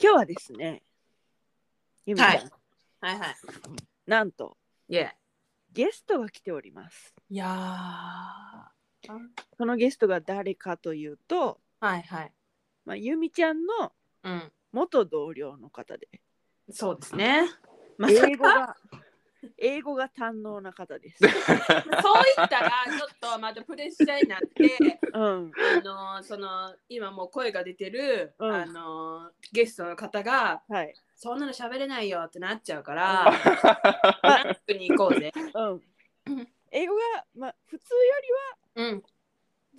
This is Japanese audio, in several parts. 今日はですね、ゆみちゃん、はいはいはい。なんといえ。ゲストが来ております。いやー。はそのゲストが誰かというと、いはい。まあ、ゆみちゃんのうん。元同僚の方で、そうですね。まさか英語が、英語が堪能な方 です。そう言ったら、ちょっとまたプレッシャーになって、 うん、あのーその、今もう声が出てる、うんあのーゲストの方が、はい。そんなの喋れないよってなっちゃうから、 フランクに行こうぜ。うん、英語が、まあ、普通よりはうん。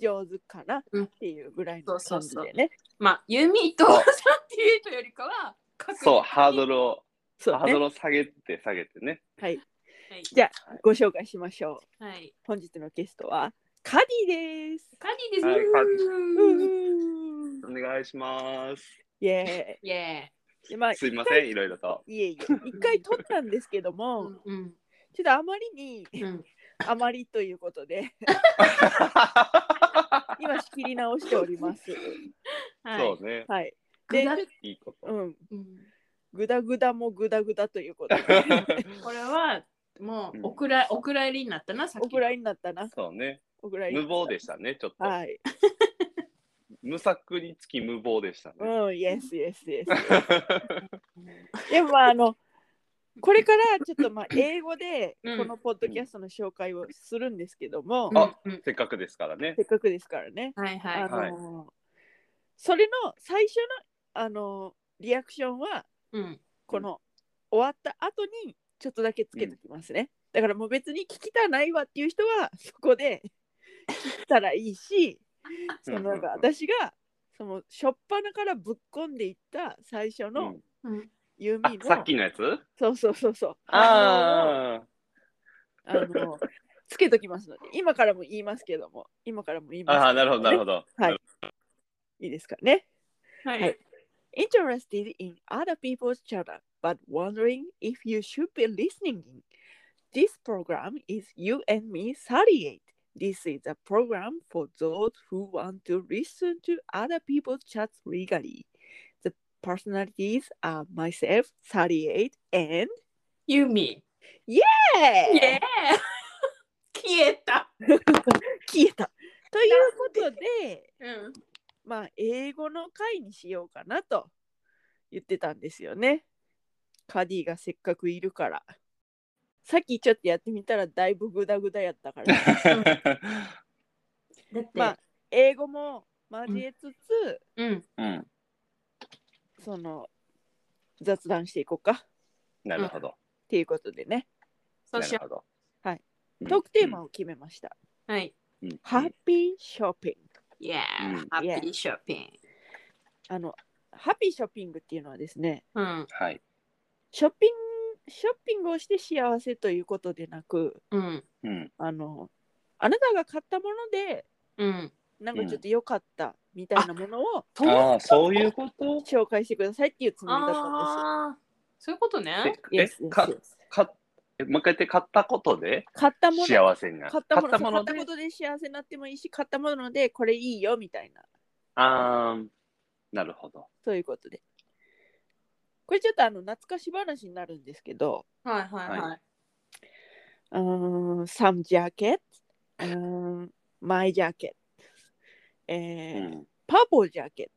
上手かなっていうぐらいの感じでね。まあ、ユミとさんっていう人よりかは、そう、ハードルを、そうハーねドルを下げて下げてね。はい、はい。じゃあご紹介しましょう。はい。本日のゲストはカディです。カニですねはいカニうーお願いします。イエイエーイ。でまあすいません、いろいろと。いえいえ一回撮ったんですけども、ーイ。うん。ちょっとあまりにうん。あまりということ で今仕切り直しております。 はいそうね、はい。ぐでだるいいこと。うん。うんグダグダもグダグダということで これはもうお蔵、お蔵入りになったな、さっき。お蔵入りになったな。そうね、お蔵入り無にな謀った。でしたね、ちょっと。はい。無策につき無謀でしたね。うん。イエスイエスイエス。でもまああのこれからちょっとまあ英語でうんこのポッドキャストの紹介をするんですけども、うんあうん せっかくですからね。せっかくですからね。はいはあいの。それの最初のあのリアクションはうん。この終わった後にちょっとだけつけときますね。だからもう別に聞きたないわっていう人はそこで 聞いたらいいし、そのなんか私がその初っ端からぶっこんでいった最初うのん、うんユーあミンの、さっきのやつそうそうそうそう。ああ、あのつけときますので、今からも言いますけども、今からも言いますけどもああ、なるほど、なるほど。いいですかね。はい。はい Interested in other people's chatter, but wondering if you should be listening. in. This program is You and Me 38. This is a program for those who want to listen to other people's chats legally. The personalities are myself, 38, and ユミ。イ yeah! エーイ 消えた。消えた。ということで、うん。まあ、英語の会にしようかなと言ってたんですよね。カディがせっかくいるから。さっきちょっとやってみたらだいぶグダグダやった から。だって、まあ、英語も交えつつ、うん。うん、その雑談していこうかっなるほど。ていうことでね。そうなしるよほど。はいうん。トークテーマを決めました。う。はい。うん。うんハッピーショッピング。イエーうイん。ハッピーショッピング。あの、ハッピーショッピングっていうのはですね、うん。はい。ショッピング、ショッピングをして幸せということでなく、うん。うん。あの、あなたが買ったもので、うん。なんかちょっと良かったみたいなものをああ、そういうこと紹介してくださいっていうつもりだったんああ。そういうことね。えです。え、か Yes, yes, yes、か、え、もう一回言って、買ったことで買ったもの、買幸せになる。ったもの、そう買っでたことで幸せになってもいいし、買ったものでこれいいよみたいな、あーなるほど。そういうことで。これちょっとあの懐かし話になるんですけど、はいはいは。はいうーん、some jacket, うーん my jacket, うえーん。 purple jacket,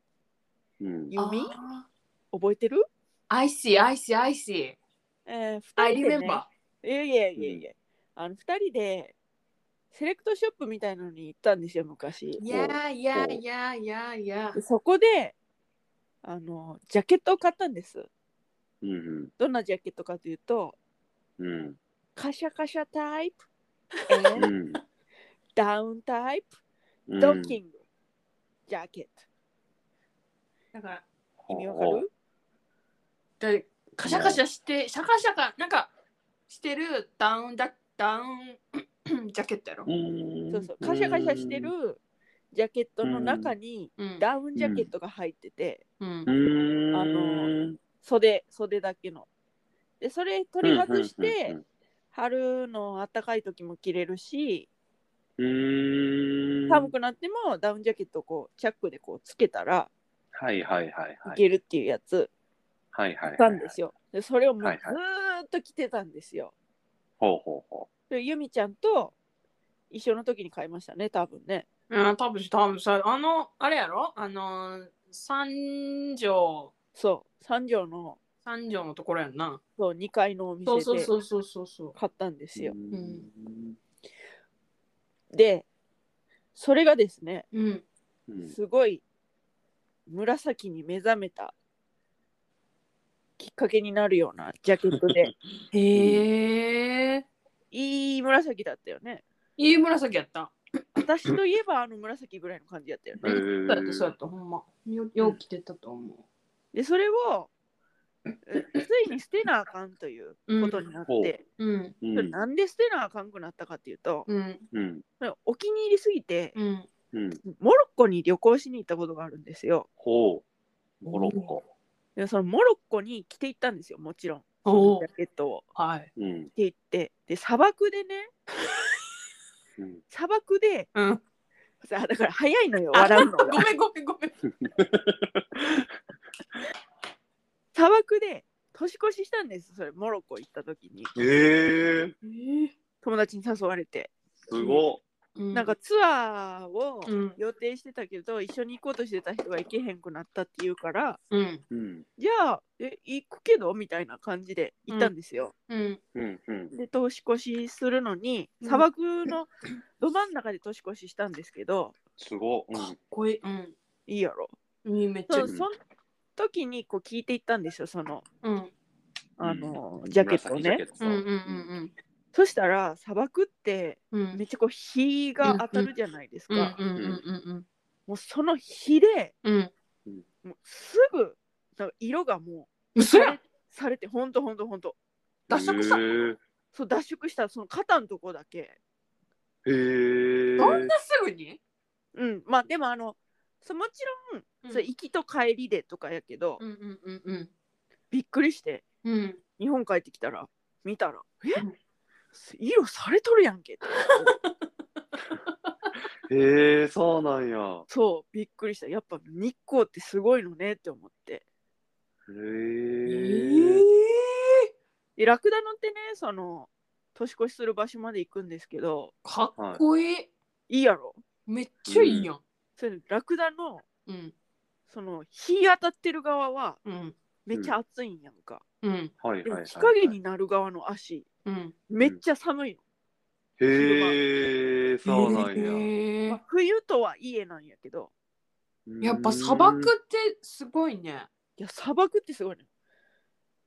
うん。弓覚えてる、 I see, I see, I see. えー、 I 二人でね remember. いやいやいやいや、あの2人でセレクトショップみたいなのに行ったんですよ昔 Yeah, yeah, yeah, yeah, yeah. でそこであのジャケットを買ったんですうん。どんなジャケットかというとうん。カシャカシャタイプう and ん。ダウンタイうプんドッキング、ジャケッだからト意味わかるでカシャカシャして、シャカシャカなんかしてるダウンだダウン ジャケットやろ。うんそうそうカシャカシャしてるジャケットの中にうん。ダウンジャケットが入ってて、うんう。ん。あの袖袖だけのでそれ取り外して、春の暖かい時も着れるしうん、うん。寒くなってもダウンジャケットをこうチャックでこうつけたらはいはいはいはいい。けるっていうやつ、はいはいはい。たんですよ。でそれをもうずはいはいーっと着てたんですよ。ほうほうほで由美ちゃんと一緒の時に買いましたね多分ね。うん、多分多分さ、あの、あれやろあの、三条、そう三条の三条のところやんな。そう2階のおそう店そうでそうそうそうそう。買ったんですう。よ。うんでそれがですねうん。うんすごい紫に目覚めたきっかけになるようなジャケット でへえ。いい紫だったよね。いい紫やった。私といえばあの紫ぐらいの感じだったよね。へそうーやった、そうやった、ほんま。よよう着てたと思でそれをうついに捨てなあかんというう。ことになって、うんうん。うん。うんそれなんで捨てなあかんくなったかっていうと、うん。うんそれお気に入りすぎてうん。うんモロッコに旅行しに行ったことがあるんですよ。ほう。モロッコ。でそのモロッコに着て行ったんですよもちろんおおジャ。ケットをはい。うん着て行ってで砂漠でねうん砂漠でうん。さだから早いのよ笑うのごがめん、ごめん、ごめん。砂漠で年越ししたんですそれモロッコ行った時にへえ。 ええ。友達に誘われてすごっ。ななんか、ツアーをうん予定してたけど、一緒に行こうとしてた人が行けへんくなったっていうからうん。うんじゃあえ行くけどみたいな感じで行ったんですよ。うん。うんうんで年越しするのにうん砂漠のど真ん中で年越ししたんですけどすごっ。うかっんこいい。うん。いいやろ。耳めっちそゃいうい。その時にこう聞いていったんですよそのうん。あの、ジャケットをね。紫ジうんうんャケットうんそしたら砂漠ってうん。うん。めっちゃこう日が当たるじゃないですか。うんうんうんもうその日でうんうん。もうすぐなんか色がもううそやんされてほんとほんとほんと脱色したへーそう脱色したその肩のとこだけへえ。そんなすぐにうんまあでもあのそうもちろん、うんそれ行きと帰りでとかやけど、うんうんうんうん。びっくりしてうん。日本帰ってきたら見たら「え、うん色されとるやんけって」 へえ、そうなんや。そうびっくりしたやっぱ日光ってすごいのねって思ってへえ。でラクダ乗ってねその年越しする場所まで行くんですけどかっこいい。いいやろめっちゃいいやん。それラクダのうんそその日当たってる側はうんめっちゃ暑いんやんか、うんはいはいではいもはい。日陰になる側の足うん。めっちゃ寒いの、へえ、そうなんや。へまあえ冬とはいえなんやけどやっぱ砂漠ってすごいね。いや砂漠ってすごいね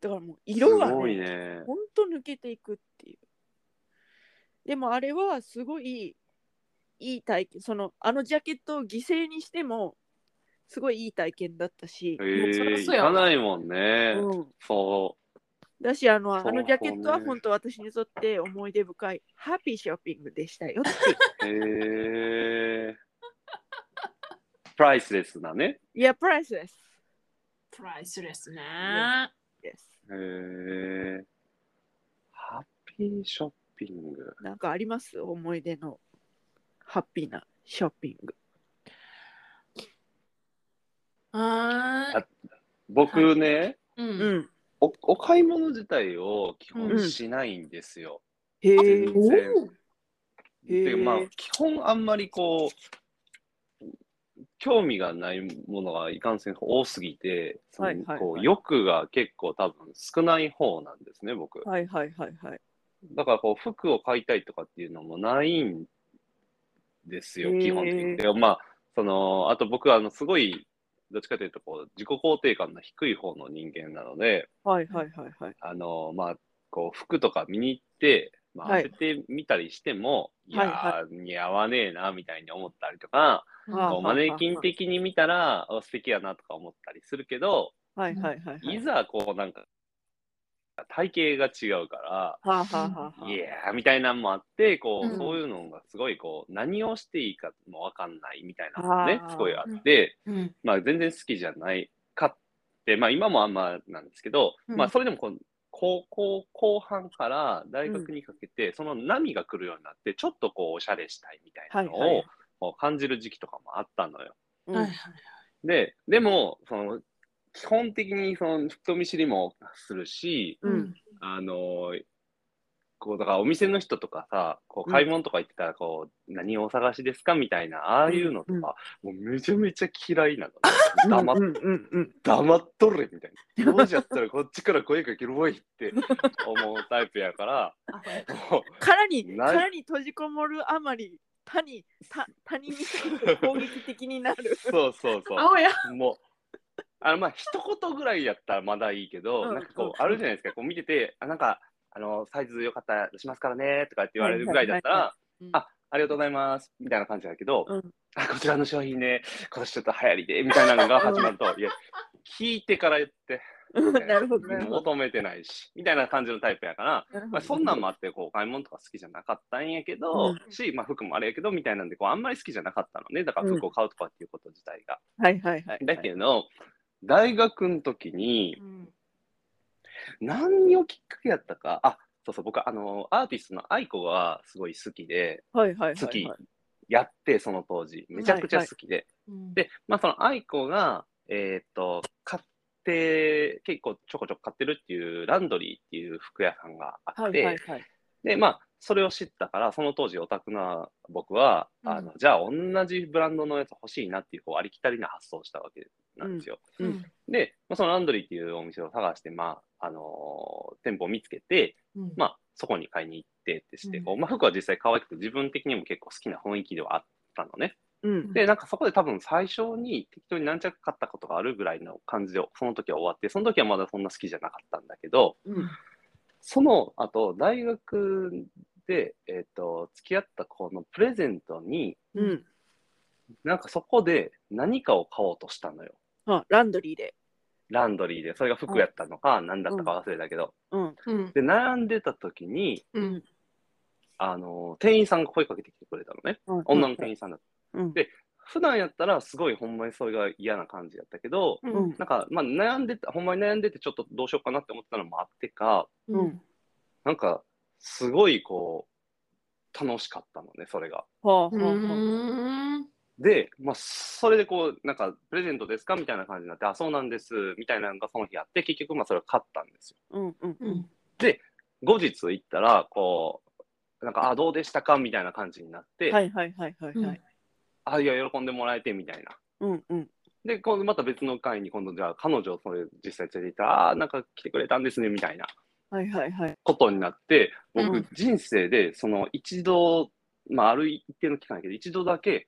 だからもう色色がすごいねね。ほんと抜けていくっていうでもあれはすごいいい体験そのあのジャケットを犠牲にしてもすごいいい体験だったし、もうそりへゃえ、そう行やかわないもんね。うん、そだしあのあそうのジャケットはね本当私にとって思い出深いハッピーショッピングでしたよっていう う。へえ。 プライスレスだね。いやプライスですプライスレスね。ですへえ。ハッピーショッピング。なんかあります思い出のハッピーなショッピング。あー僕ね、うんう。ん。おお買い物自体を基う本んしないんですよ。へえ全。お然。ーへえでまあ基本あんまりこう興味がないものがいかんせん多すぎて、そのはいはいはいこう欲が結構多分少ない方なんですね僕、はいはいはいはい。だからこう服を買いたいとかっていうのもないんですよへー基本的にでまあそのあと僕はあのすごいどっちかというとこう自己肯定感の低い方の人間なのではいはいはいはい。あのまあこう服とか見に行って、まあ、はい当ててみたりしても、いはいやー似合わねえなみたいに思ったりとか、あこうはマネキン的に見たらあ素敵やなとか思ったりするけど、はいはいはいはい。い、ざこうなんか体型が違うかはあ、はあはあら、はいあ、やーみたいなんもあってこう、うんそういうのがすごいこう何をしていいかもわかんないみたいなのがねあーすごいあって、うんまあ、全然好きじゃないかって、まあ、今もあんまなんですけど、うんまあ、それでもこう高校後半から大学にかけて、その波が来るようになってちょっとこうおしゃれしたいみたいなのを、はいはいこう感じる時期とかもあったのよ。うはいんはいで、でも、その、基本的にその人見知りもするし、うんうんあのこうだからお店の人とかさこう買い物とか行ってたらこう、何をお探しですかみたいなああいうのとか、もうめちゃめちゃ嫌いなの、黙っうんうんうん黙っとれみたいなどうじゃったらこっちから声かけるわいって思うタイプやから もう殻にない殻に閉じこもるあまり他に他他人に対して攻撃的になる。そうそうそう青や。もう、あの、まあ、一言ぐらいやったらまだいいけど、うんなんかこう、あるじゃないですか、こう見てて、あ、なんか、あの、サイズ良かったら出しますからね、とかって言われるぐらいだったはいら、あ、ありがとうございます、みたいな感じだけど、うんあ、こちらの商品ね、今年ちょっと流行りで、みたいなのが始まると、いや、聞いてから言って、うん なるほどなるほど。求めてないし、みたいな感じのタイプやから、なるほどまあ、そんなんもあって、こう、買い物とか好きじゃなかったんやけど、し、まあ、服もあれやけど、みたいなんで、こう、あんまり好きじゃなかったのね、だから服を買うとかっていうこと自体が。はいはいはい。だけど、大学の時にうん何をきっかけやったかあそうそう僕あのアーティストの愛子がすごい好きではいはいはいはい。好きやってその当時めちゃくちゃ好きで、うんで、まあ、その愛子がえーっと買って結構ちょこちょこ買ってるっていうランドリーっていう服屋さんがあって、はいはいはい。でまあそれを知ったからその当時オタクな僕は、あのじゃあ同じブランドのやつ欲しいなっていうこうありきたりな発想をしたわけなんですよ。うんで、まあ、そのランドリーっていうお店を探して、まあ、あのー店舗を見つけて、うんまあ、そこに買いに行ってってして、うんこうまあ、服は実際可愛くて、自分的にも結構好きな雰囲気ではあったのね。うんで、なんかそこで多分最初に適当に何着買ったことがあるぐらいの感じで、その時は終わって、その時はまだそんな好きじゃなかったんだけど、うんその後、大学で、えっ、と、付き合った子のプレゼントに、うん。なんかそこで何かを買おうとしたのよ。あランドリーで。ランドリーで、それが服やったのか、何だったか忘れたけど、うんうんで、並んでた時に、うんあの、店員さんが声かけてきてくれたのね。うん。女の店員さんだった。うんで普段やったら、すごいほんまにそれが嫌な感じやったけど、ううんんなんか、まあ悩んでた、ほんまに悩んでてちょっとどうしようかなって思ってたのもあってか、ううんんなんか、すごいこう、楽しかったのね、それが。はあはあうはあんで、まあ、それでこう、なんか、プレゼントですかみたいな感じになって、あ、そうなんです、みたいなのがその日あって、結局、まあ、それを買ったんですよ。うんうんううんん後日行ったら、こう、なんか、あ、どうでしたかみたいな感じになって、はいはいはいはいはい。あ、いや、喜んでもらえて、みたいな。うんうん。で、今度また別の回に、今度じゃあ彼女をそれ実際連れて行ったら、あーなんか来てくれたんですね、みたいなはいはいはい。ことになって、う僕ん、人生で、その一度、まあ、ある一定の期間だけど、一度だけ、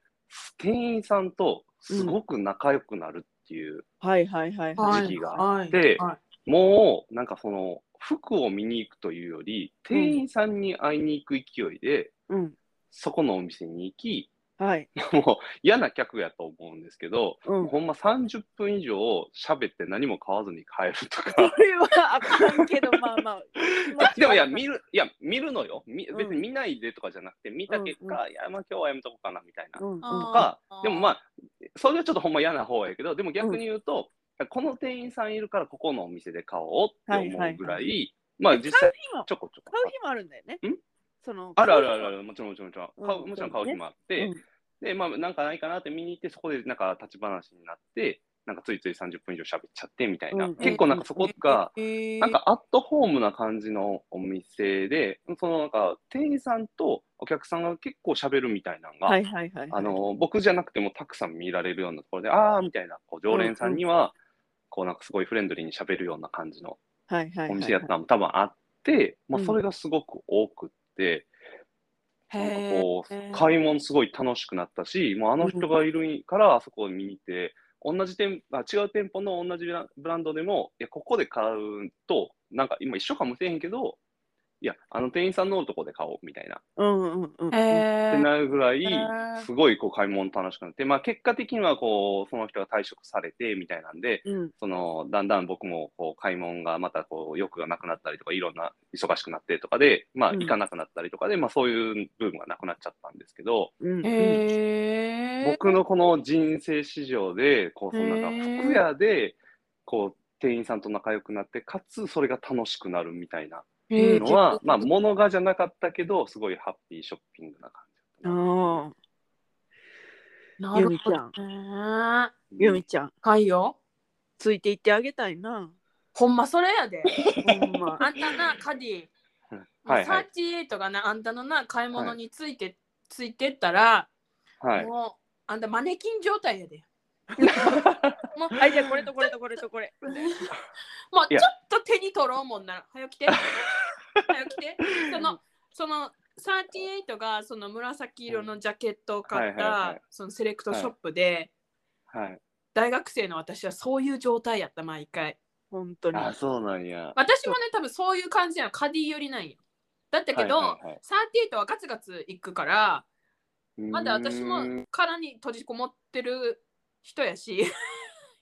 店員さんとすごく仲良くなるっていう、はいはいはいはい。はい時期があってはいもう、なんかその、服を見に行くというより、店員さんに会いに行く勢いで、うん。そこのお店に行き、はい。もう嫌な客やと思うんですけど、うん。ほんま30分以上喋って何も買わずに帰ると そ か。れはあかんけど、まあまあ。でもいや、見る、いや、見るのよ。みうん別に見ないでとかじゃなくて、見た結うん果、いや、まあ今日はやめとこうかな、みたいな。うんうん。あかー、でもまあ、それはちょっとほんま嫌な方やけど、でも逆に言うと、この店員さんいるから、ここのお店で買おうって思うぐらい、はいまあ買う実日際、もちょこちょこ買う日もあるんだよね。んそのあるあるあるある、もちろんもちろんもちろん、うん買うもちろん買う日もあって、うんで、まあ、なんかないかなって見に行って、そこでなんか立ち話になって、なんかついつい30分以上喋っちゃってみたいな、うん結構なんかそこが、えーなんかアットホームな感じのお店で、そのなんか店員さんとお客さんが結構喋るみたいなのが、はいはいはい。あの僕じゃなくてもたくさん見られるようなところで、あーみたいな、こう常連さんには、こうなんかすごいフレンドリーに喋るような感じのはいはいはいはいお店やったのも多分あって、まあ、うんそれがすごく多くって、なんかこう、へー買い物すごい楽しくなったし、もうあの人がいるから、あそこを見に行って、同じ店あ違う店舗の同じブランブランドでも、いや、ここで買うと、なんか今一緒かもしれへんけど、いや、あの店員さんのとこで買おうみたいな、うんうんうん。へってーなるぐらいへー、すごいこう買い物楽しくなって、まあ結果的にはこう、その人が退職されてみたいなんで、うんそのだんだん僕もこう買い物がまたこう欲がなくなったりとかいろんな忙しくなってとかで、まあ、うん行かなくなったりとかで、まあ、そういう部分はなくなっちゃったんですけど、うんうん。へー僕のこの人生史上でこうそのなんかへー服屋でこう店員さんと仲良くなってかつそれが楽しくなるみたいなへーのは、まあ、物がじゃなかったけどすごいハッピーショッピングな感じ、ああ、なるほどねゆみちゃん。はいよ。ついていってあげたいな。ほんまそれやで。ほんま。あんたな、カディ。はいサはーいティエイトがな、あんたのな、買い物について、ついてったら、はい。もう、あんたマネキン状態やで。もう、 はい、じゃあこれとこれとこれとこれ。 もういちょやっと手に取ろうもんなら、早 来て。早来て。その、その、38がその紫色のジャケットを買っはいはいはたいそのセレクトショップではい。大学生の私はそういう状態やった毎回本当に。あ、そうなんや。私もね多分そういう感じなのカディ寄りなんよだったけど、はいはいはい38はガツガツ行くからまだ私うーんも殻に閉じこもってる人やし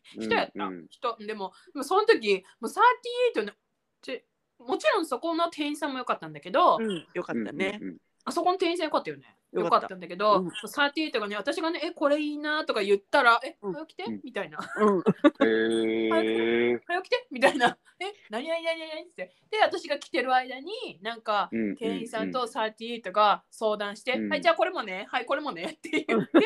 人やった、うんうん人でもでもその時もう38のちもちろんそこの店員さんも良かったんだけど、うん、よかったね。うんうんうんあそこの店員さん良かったよね良良かかったったんだけど、うん38がね私がねえこれいいなとか言ったらえうん早起きて、うんみたいな うん。へえ。早起きてみたいなえ何々何々何々ってで私が来てる間になんかうんうんうん 店員さんと38が相談して、うんはいじゃあこれもねはいこれもね って言って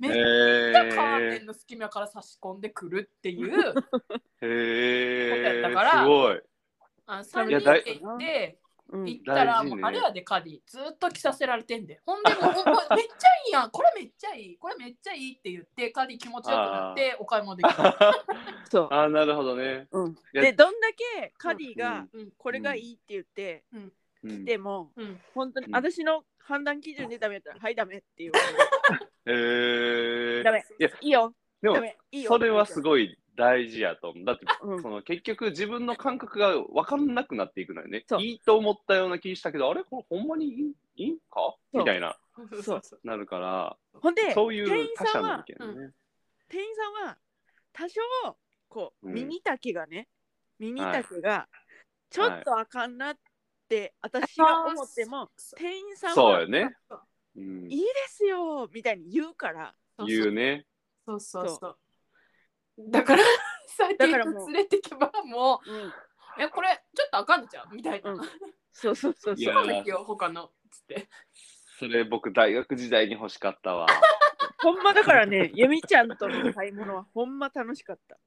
めっえちゃカーテンの隙間から差し込んでくるっていう。へえ。だからすごい。あのい3や人で大行ってうん行ったら、大事もねうあれやでカディずっと着させられてんでほんでもうおおめっちゃいいやんこれめっちゃいいこれめっちゃいいって言ってカディ気持ちよくなってお買い物できた、そう。あ、なるほどね。うん、いやでどんだけカディがうんこれがいいって言ってうんでもうん、本当にうん私の判断基準でダメだったら「はいダメ」っていうへえダ。メいやいいよでもダ、メいいよそれはすい、ごい大事やと思う。だって、うん、その結局自分の感覚が分かんなくなっていくのよねそ。ういいと思ったような気したけど、あれこれほんまにいいいいんかそうみたいな、そうそうなるから、ほんでそう店い員うさ他者んのは意見ね。店員さんは多少こううん耳丈がね、耳丈がちょっとあかんなって私が思っても、そう店員さんそうはよね。そううんいいですよみたいに言うからそう言うね。そうそうそうだから 最近からもう連れてけばもうんうえこれちょっとあかんじゃんみたいな、うんそそうそうそういそやううだよ他のつってそれ僕大学時代に欲しかったわ。ほんまだからね ゆみちゃんとの買い物 はほんま楽しかった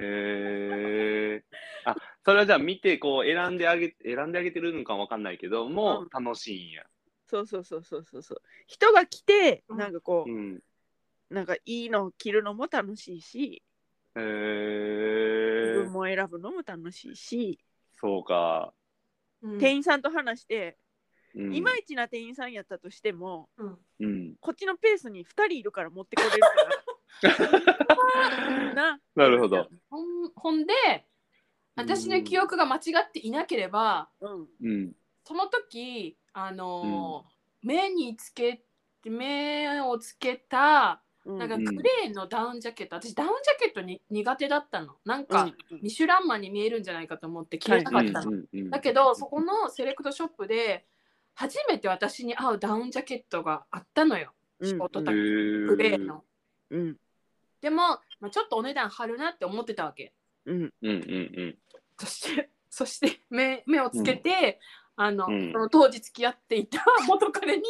へえ。あ、それはじゃあ見てこう選んであげ選んであげてるのかわかんないけども、うん楽しいんや。そうそうそうそうそうそう人が来てうんなんかこう、うん。なんかいいのを着るのも楽しいし、へ自え分。も選ぶのも楽しいし、そうか。店員さんと話して、うんいまいちな店員さんやったとしてもうんうん。こっちのペースに2人いるから持ってこれるから ななるほど。ほんほんで私の記憶が間違っていなければ、うんうん。その時あのー目につけ目をつけたうんなんうかんグレーのダウンジャケット、私ダウンジャケットに苦手だったのなんか、ミシュランマンに見えるんじゃないかと思って着れなかはっいたの、うんうんうんだけどそこのセレクトショップで初めて私に合うダウンジャケットがあったのようんショートへ丈ーグレーの、うんでも、まあ、ちょっとお値段張るなって思ってたわけうんうんうんそしてそして目目をつけて、あのうんその当時付き合っていた 元彼に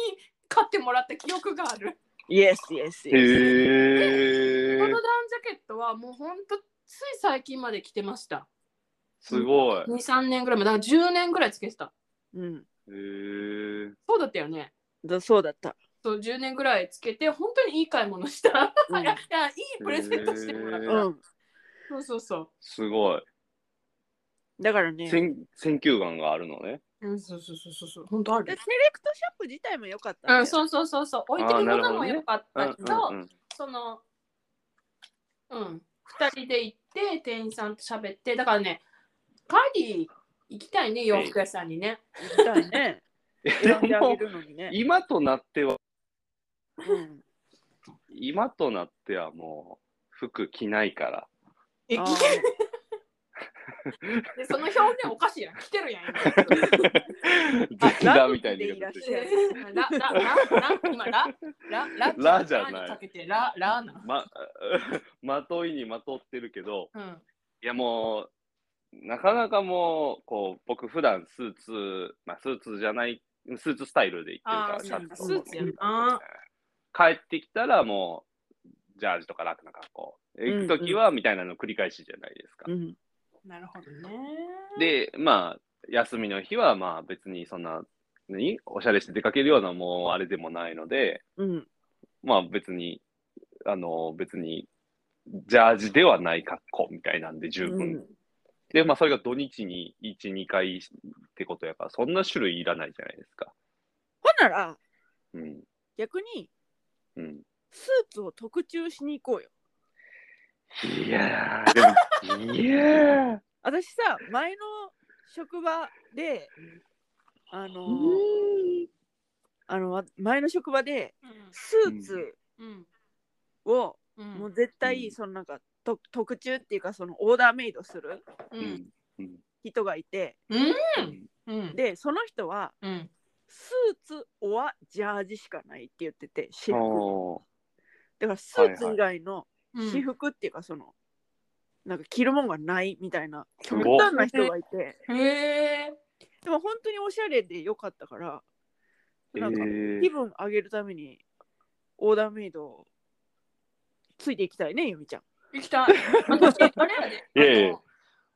買ってもらった記憶がある。イエスイエスうん。へこのダウンジえ。ャケットはもうほんとつい最近まで着てました。すごい。 2、3年ぐらいまでだから10年ぐらいつけてた。うんへえ。そうだったよね。だそうだった、そう10年ぐらいつけて本当にいい買い物した。うん いやいやいいプレゼントしてもらっへた。ーうん、そうそうそすごい。だからねで選選球眼があるのね。う。うんそうそうそうそうそう。本当あセレる。クトショップ自体も良かったんだうよんそうそうそうそう。置いてるものも良かっうんたけど。うんうん。そのうん2人で行って店員さんと喋ってだからねカーディ行きたいね洋服屋さんにね、行きたい ね選んであげるのにね、今となってはうん、今となってはもう服着ない から。えあ着ーてでその表現おかしいやん来てるやん今 絶ラだブみたでいいらなっ。し ゃるララララ今ララララじゃないラにかけてララなま、 まといにまとってるけど、うんいやもう、なかなかもう、こう、僕普段スーツ、まあスーツじゃない、スーツスタイルで行ってるかあら、ーシャツとそうなんだスーツやな帰ってきたらもう、ジャージとか楽な格好。行くときは、みたいなの繰り返しじゃないですか。うんなるほどね。で、まあ、休みの日は、まあ別にそんな、におしゃれして出かけるようなもうあれでもないので、うんまあ別に、あの、別に、ジャージではない格好みたいなんで十分。うんで、まあそれが土日に1、2回ってことやから、そんな種類いらないじゃないですか。ほんならうん。逆にうん。スーツを特注しに行こうよいやー、でも、いやー。私さ前の職場であのあの前の職場でスーツうん。をう。もうん絶う対んそのなんかと特注っていうかそのオーダーメイドするう。うんん。うん。人がいてうん。うん。でその人はうん。スーツオアジャージしかないって言ってて私服おだからスーツ以外のうん私服っていうかそのなんか着るもんがないみたいなす極ごっ端な人がいてへえ。でも本当におしゃれでよかったからー。なんかえ気分上げるためにオーダーメイドついていきたいねゆみちゃん。行きたい。私、あれや いやいで。や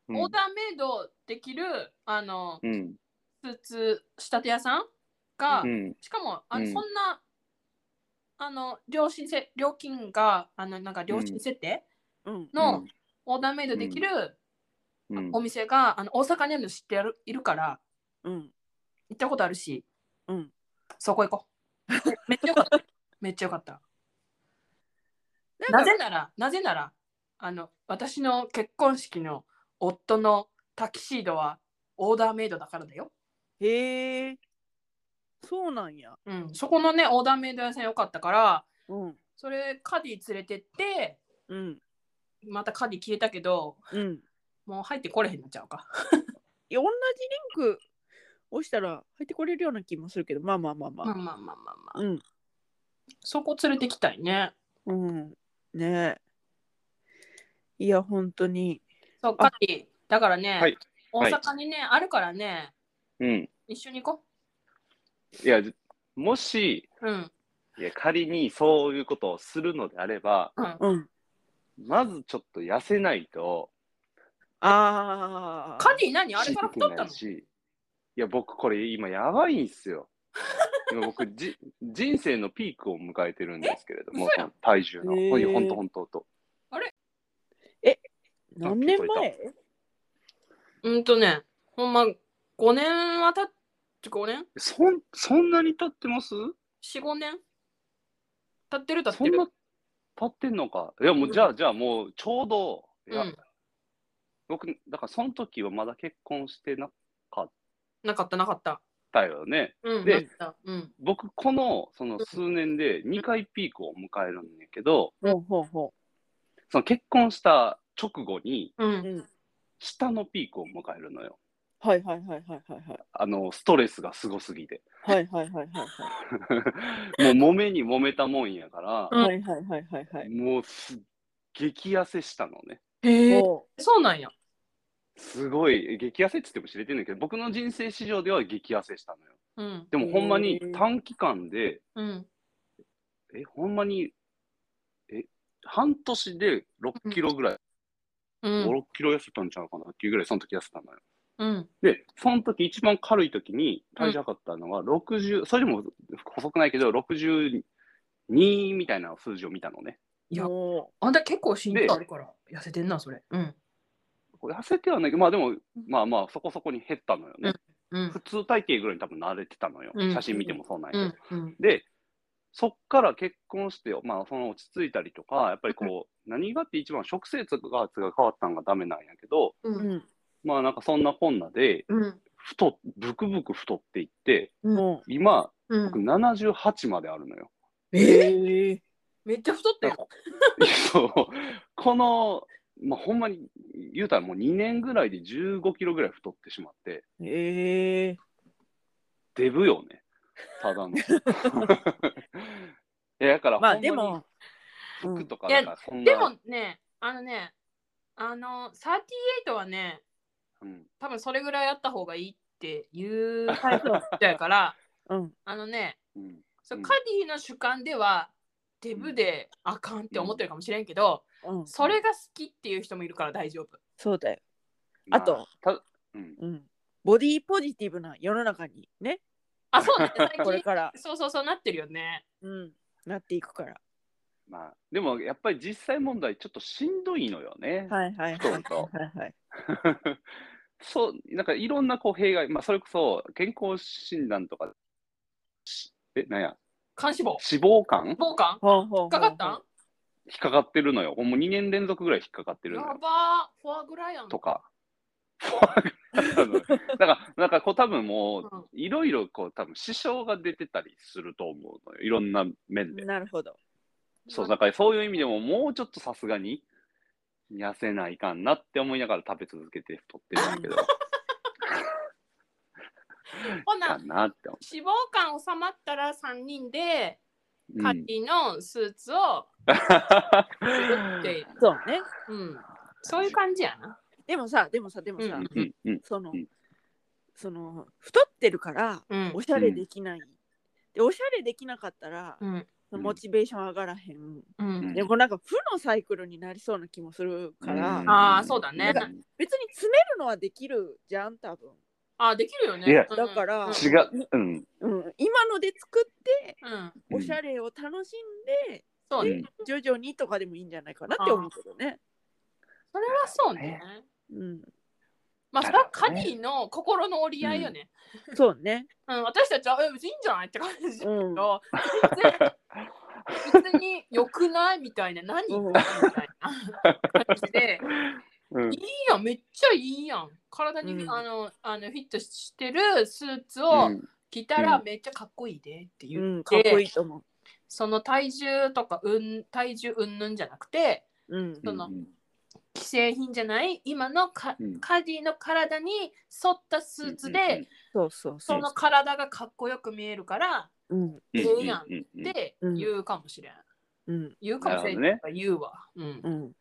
あのオーダーメイドできるあのうん。うん。スーツ仕立て屋さんが、うん。しかもあの、うんそんなあの料金せ料金があのなんか料う金ん設定うん、の、オーダーメイドできるうん。お店が、あの大阪にあるの知ってるいるからうん、行ったことあるし、うん、そこ行こう。めっちゃよかった。めっちゃよかった。ななんかぜなら、なぜなら、あの私の結婚式の夫のタキシードはオーダーメイドだからだよ。へえそうなんや。うん、そこのね、オーダーメイド屋さんよかったから、うんそれカディ連れてって、うんまたカディ消えたけど、うん。もう入ってこれへんなっちゃうか。いや同じリンク押したら入ってこれるような気もするけどまあまあまあままああ。まあまあまあまあ。うんそこ連れてきたいね。うん、ねえ。いや、本当に。そう、カディ。だからね、はい大はい阪にね、あるからね、うん。一緒に行こいや、もし、う。うん。いや仮にそういうことをするのであれば、うん。うん。まずちょっと痩せないと、ああ。カディ何あれからい太ったのし、いや、僕、これ今、やばいん すよ。今僕じ、人生のピークを迎えてるんですけれども、嘘やんその体重の。へーほいほんとほんとほんと。何年前うんとね、ほんま、5年はたって、5年そんそんなに経ってます ?4、5年経ってる経っそてんなる。経ってんのか。いや、もう、じゃあ、じゃあ、もう、ちょうど、いやうん僕、だから、その時はまだ結婚してなかなかったなかった。ったよね。うん。でなかったうん。僕このその数年で2回ピークを迎えるんやけどほうほうほその結婚した直後にう。う。うんん。下のピークを迎えるのよはいはいはいはいはいはい。あのストレスがすごすぎて はいはいはいはいはもう揉めに揉めたもんやから、うんい。はいはいはいはいはい。もうす激痩せしたのねへえ。ほそうなんや。すごい激痩せっつっても知れてんねんけど僕の人生史上では激痩せしたのようん。でもほんまにへー短期間でうん。えほんまにえ半年で6キロぐらい、う5、ん。 6キロ痩せたんちゃうかなっていうぐらいその時痩せたのようん。で、その時一番軽い時に体重測ったのは60、それでも細くないけど、62みたいな数字を見たのね。う。いやもあんた結構身長あるから、痩せてんな、それ。うん。これ痩せてはないけど、まあでも、まあまあそこそこに減ったのよね。うん普。通体型ぐらいに多分慣れてたのよ。うん写真見てもそうなんやけうど。ん。うん。で、そっから結婚して、まあその落ち着いたりとか、やっぱりこう、何がって一番食生活が変わったのがダメなんやけど、う。う。うんん。まあなんかそんなこんなで、うん。太っ、ブクブク太っていって、も今、う僕ん。 78まであるのよ。 う。ええ。めっちゃ太っただかよら。こそうこの、まあ、ほんまに言うたらもう2年ぐらいで15キロぐらい太ってしまってええ。デブよねただ の。いやだからまほあんでにも。うん服とかいやなんかそんな、でもね、あのね、あの、38はね、うん多分それぐらいやった方がいいっていう タイプの人やから、うん。あのね、うんそううんカディの主観ではデブであかんって思ってるかもしれんけど、うん、それが好きっていう人もいるから大丈夫。そうだよ、まあとたうん、うん、ボディポジティブな世の中にねあ、そう なんだ、最これ近。から、そうそうそうなってるよね。うん、なっていくからまあ、でもやっぱり実際問題、ちょっとしんどいのよね。はいはいはい太るとはいはい そう、なんかいろんなこう弊害、まあ、それこそ健康診断とか、しえ、なんや、肝脂肪。脂肪肝脂肪肝ほうほうほうかかったん引っかかってるのよ。ほんま2年連続ぐらい引っかかってるやばーのよ。フォアグラやん。とか。 だから、なんかこう多分もう、うんいろいろこう多分支障が出てたりすると思うのよ。いろんな面で。なるほどそう、だからそういう意味でももうちょっとさすがに痩せないかんなって思いながら食べ続けて太ってるんだけど、ほなか、なって思脂肪肝収まったら3人で、う。カうッんティのスーツを作って、そうねうん、そういう感じやな。でもさでもさでもさ、うんうんうんその、うんその太ってるからうんおしゃれできない、でおしゃれできなかったら、うんそのモチベーション上がらへん、うん、でこうなんか負のサイクルになりそうな気もするから、うんあーそうだねん別に詰めるのはできるじゃん多分、あできるよね。いやうんだからうん違う、うん、うん、今ので作ってうん、うんおしゃれを楽しんで、そううねん。徐々にとかでもいいんじゃないかなって思うけどね、それはそうね。うん、まあ、それはカニの心の折り合いよね。そうね、うん、私たちは、え、別にいいんじゃないって感 じだけうんど、全然、別に良くないみたいな、何うんみたいな感じで、うんいいやん、めっちゃいいやん。体に、うんあの、あの、フィットしてるスーツを着たらうんめっちゃかっこいいでって言うって、ん、かっこいいと思その体重とか、うん、体重うんぬんじゃなくて、う、うんその既製品じゃない、今のカ,、うんカディの体に沿ったスーツで、そうそうそ、そうの体がかっこよく見えるから、うんうんええやんううっうんてうん言うかもしれん。うん言うかもしれん、なる言うわ。うんう。ん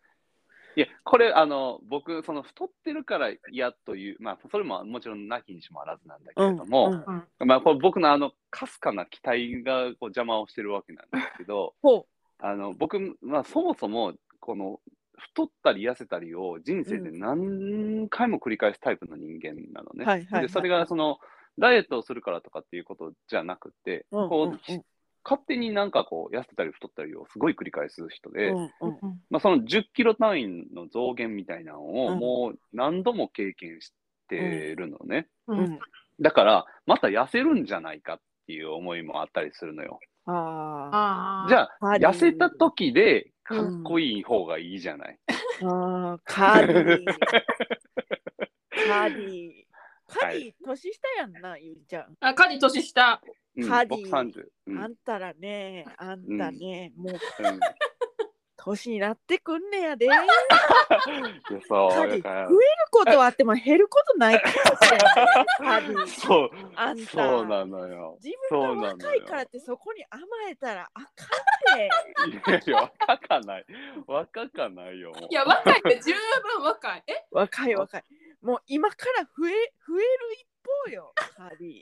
いや、これ、あの、僕、その太ってるから嫌という、まあ、それももちろんなきにしもあらずなんだけうれんども、うんまあ、これ僕のあの、かすかな期待がこう邪魔をしてるわけなんですけど、 ほあの、僕、まあ、そもそも、この、太ったり痩せたりを人生で何回も繰り返すタイプの人間なのね。うはいはい、はい、でそれがそのダイエットをするからとかっていうことじゃなくて、うんこううんうん勝手になんかこう痩せたり太ったりをすごい繰り返す人で、うんうんまあ、その10キロ単位の増減みたいなのうをんもう何度も経験してるのね、うんうん、だからまた痩せるんじゃないかっていう思いもあったりするのよあああ。じゃああ痩せた時でかっこいい方がいいじゃない、あーカーディー。カーディー。カーディー、年下やんな、ゆりちゃん。あ、カディ年下。うんカーディー僕30、うんあんたらね、あんたね、もううん年になってくんねやで。やるいやそうだから増えことはあっても減ることないかもしれない。カーディー。そうあんたそうなのよ自そう分なのがよ若いからってそこに甘えたらあかんねいやいや、若かない。若かないよ。もういや、若いって十分若い。え、若い若い。もう今から増え増える一方よ、カーディー。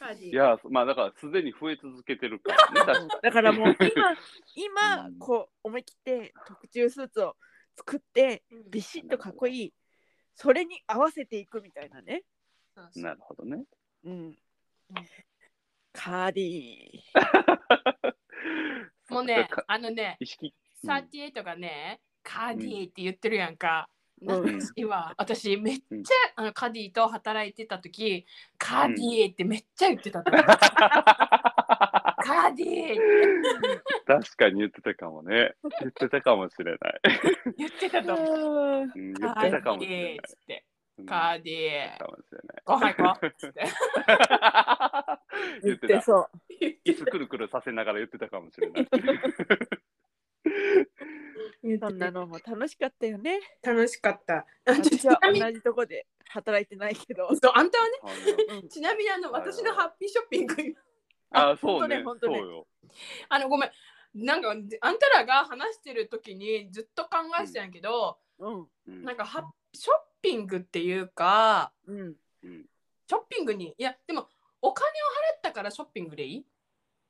カディ。いや、まあだから、すでに増え続けてるからね、確かだから もう今今うんこう思い切って特注スーツを作ってうんビシッとかっこいいそれに合わせていくみたいなね、そうに。そうなるほどね。うん、カーディもうねか、あのね、意識。 38がね、カディって言ってるやんか。うん私は、私めっちゃあのカディと働いてた時、カディってめっちゃ言ってた。カディ確かに言ってたかもね。言ってたかもしれない。言ってたと思う。ーうん言カってたかーもデしれィないーっつって。うん。カー言ディってたかもしれない。ご飯行こうっつって。言言っっててそうた。いつくるくるさせながら言ってたかもし れない。そんなのも楽しかったよ ね楽しかった。私ちはな同みに、じとこで働いてない けどそうあんたはね、あうんちなみにあのはいはい私のハッピーショッピング、のあ、ほんそとうねねほん。とそねうよ。あのごめん、なんかあんたらが話してる時にずっと考えてたんやけど、うんうんなんかハッショッピングっていうか、うんショッピングに、いや、でもお金を払ったからショッピングでいいっ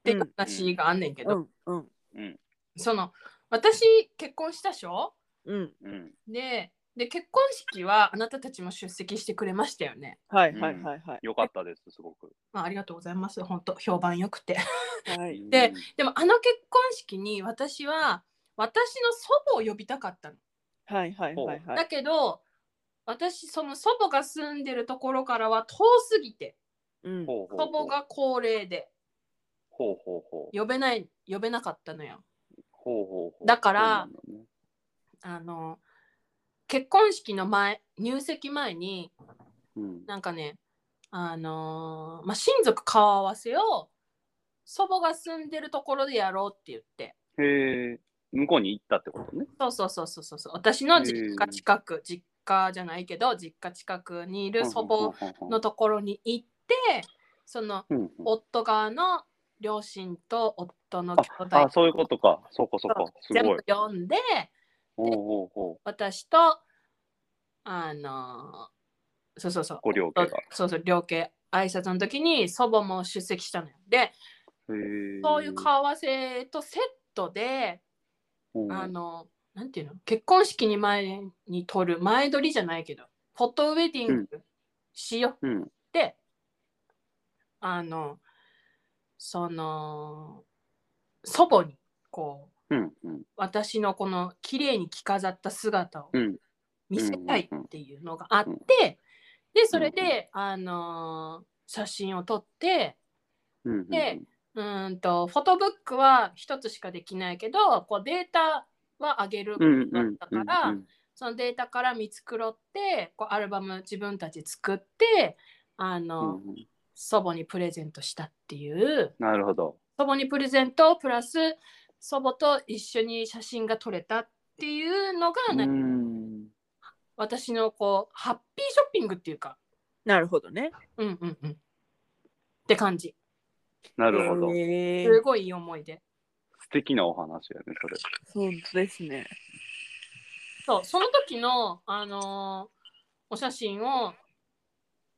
ていう話があんねんけど、うんうんうんその私結婚したでしょうん。うん。でで結婚式はあなたたちも出席してくれましたよね。はいはいはいはい。よかったです、すごく。まあ、ありがとうございます本当評判良くて。 はい。ででもあの結婚式に私は私の祖母を呼びたかったの。はいはいはいはだい。けど私その祖母が住んでるところからは遠すぎてうん。ほうほう祖母が高齢でほうほうほう。呼べない呼べなかったのよ。ほうほうほう。だからそうなんだね、あの結婚式の前入籍前にうん。なんかねあのーまあ、親族顔合わせを祖母が住んでるところでやろうって言ってへえ、向こうに行ったってことね。そうそうそうそうそうそう私の実家近く、実家じゃないけど実家近くにいる祖母母のところに行ってそのうんうん夫側の両親と夫の兄弟あ、そういうことか。そうか、そうか。す全ごい部。読んでほうほうほう。私とあのそうそうそうご両家がそうそう両家挨拶の時に祖母も出席したのよでへえ。そういう顔合わせとセットで、うん。あのなんていうの結婚式に前に撮る前撮りじゃないけどフォトウェディングしよううん。って、あのその祖母にこううん。うん。私のこの綺麗に着飾った姿をうん見せたいっていうのがあって、でそれで、あのー写真を撮ってうん。でうーんとフォトブックは一つしかできないけどこうデータは上げるこうとん、うん。うだっんたから、うんそのデータから見繕ってこうアルバム自分たち作ってあうの、んうん。祖母にプレゼントしたっていうなるほど。祖母にプレゼントプラス祖母と一緒に写真が撮れたっていうのが、うなんかん。私のこうハッピーショッピングっていうかなるほどね。うんうんうんって感じなるほど。えすごいいい思い出素敵なお話やね、それ。そうですね。そうその時のあのーお写真を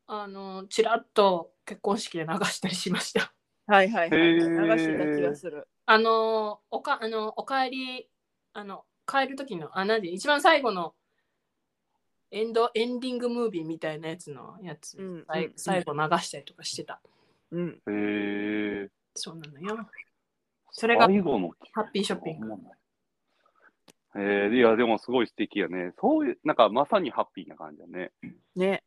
あのーちらっと結婚式で流したりしました はいはいはい。へ流ーしてた気がする。あのーおかあのお帰りあの帰る時のあ何で一番最後のエンドエンディングムービーみたいなやつのやつ、うんさいうん最後流したりとかしてたうん。へえ。そうなのよそれが最後のハッピーショッピンググ。えー、いや、でもすごい素敵やね。そういう、なんかまさにハッピーな感じだね。ね。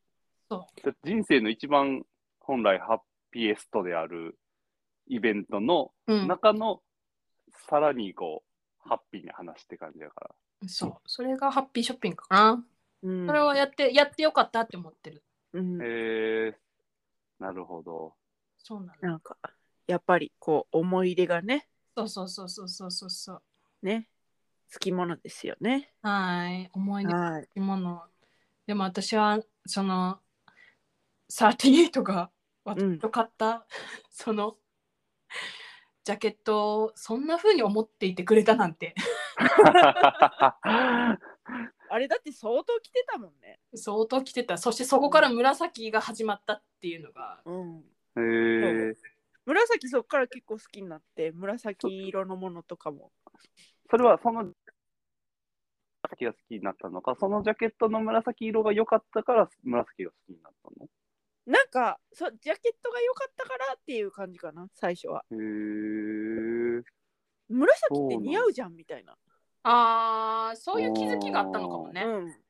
人生の一番本来ハッピエストであるイベントのうん中の、さらにこう、ハッピーな話って感じだから。そう、それがハッピーショッピングかな。うんそれをやって、やってよかったって思ってる。うんえー、なるほど。そうなの。なんか、やっぱりこう、思い入れがね、そうそうそうそうそうそう。ね、つきものですよね。はい、思い出のはい。もの。でも私は、その、38が私と買った、 その、ジャケットをそんな風に思っていてくれたなんて。あれだって相当着てたもんね。相当着てた。そしてそこから紫が始まったっていうのが、うん。えー、紫そっから結構好きになって、紫色のものとかも。それはその紫が好きになったのか、そのジャケットの紫色が良かったから紫が好きになったのなんかそジャケットが良かったからっていう感じかな最初はへー紫って似合うじゃんみたいなあー、そういう気づきがあったのかもね。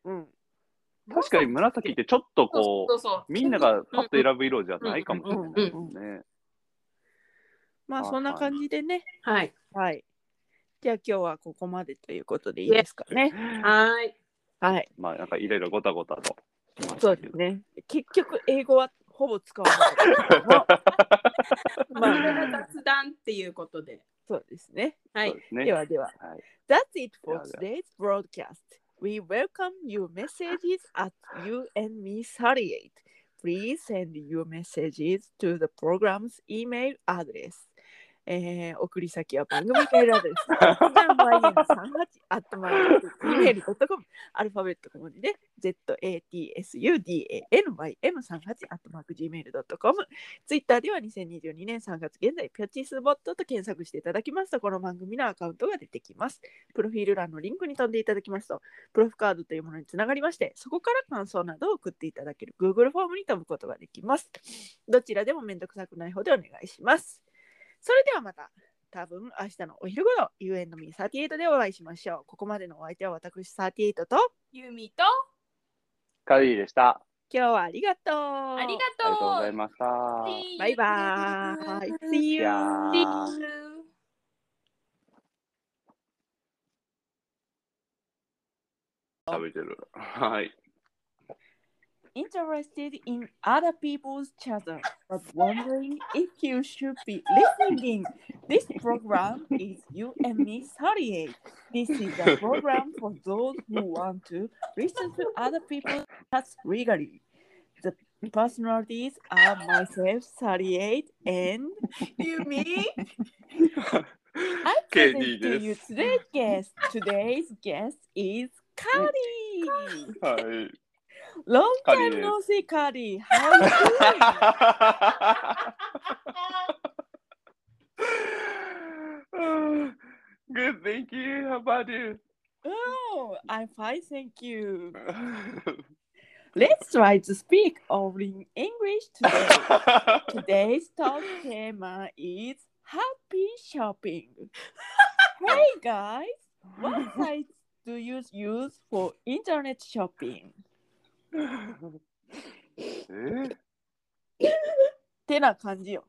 うんうん確かに紫ってちょっとそこうそうそうう、みんながパッと選ぶ色じゃないかもしれないもんね。まあはいそんな感じでねはい。はいじゃあ今日はここまでということでいいですかねはい。はいまあなんかいろいろごたごたと。そうですね結局英語はほぼ使わないけどもまあ、雑談っていうことで。そうですねはそ。いうですね。ではでははい That's it for では today's broadcast. We welcome your messages at you and me 38. Please send your messages to the program's email address えー、送り先は番組メールアドレス、38-gmail.com、アルファベット小文字で、zatsudanym38-gmail.com、ツイッターでは2022年3月現在、ピョチスボットと検索していただきますと、この番組のアカウントが出てきます。プロフィール欄のリンクに飛んでいただきますと、プロフカードというものにつながりまして、そこから感想などを送っていただける Google フォームに飛ぶことができます。どちらでもめんどくさくない方でお願いします。それではまた、多分明日のお昼ごろ、U&Me38 でお会いしましょう。ここまでのお相手は私38と、ユミとカリーでした。今日はありがとう。ありありががとうござというました。バイバーイ。See い you. やー See you. 食べてる。 はい。 Interested in other people's chatter, but wondering if you should be listening. This program is You and Me 38. This is a program for those who want to listen to other people's chats regally. The personalities are myself, 38, and Yumi. I present KD to you です。 today's guest. Today's guest is Kari. はい。 Long カリー time です no see, Kari. How are you doing? うん Good, thank you. How about you? Oh, I'm fine, thank you. Let's try to speak only in English today. Today's talk tema is happy shopping. hey guys, what sites do you use for internet shopping? えてな感じよ。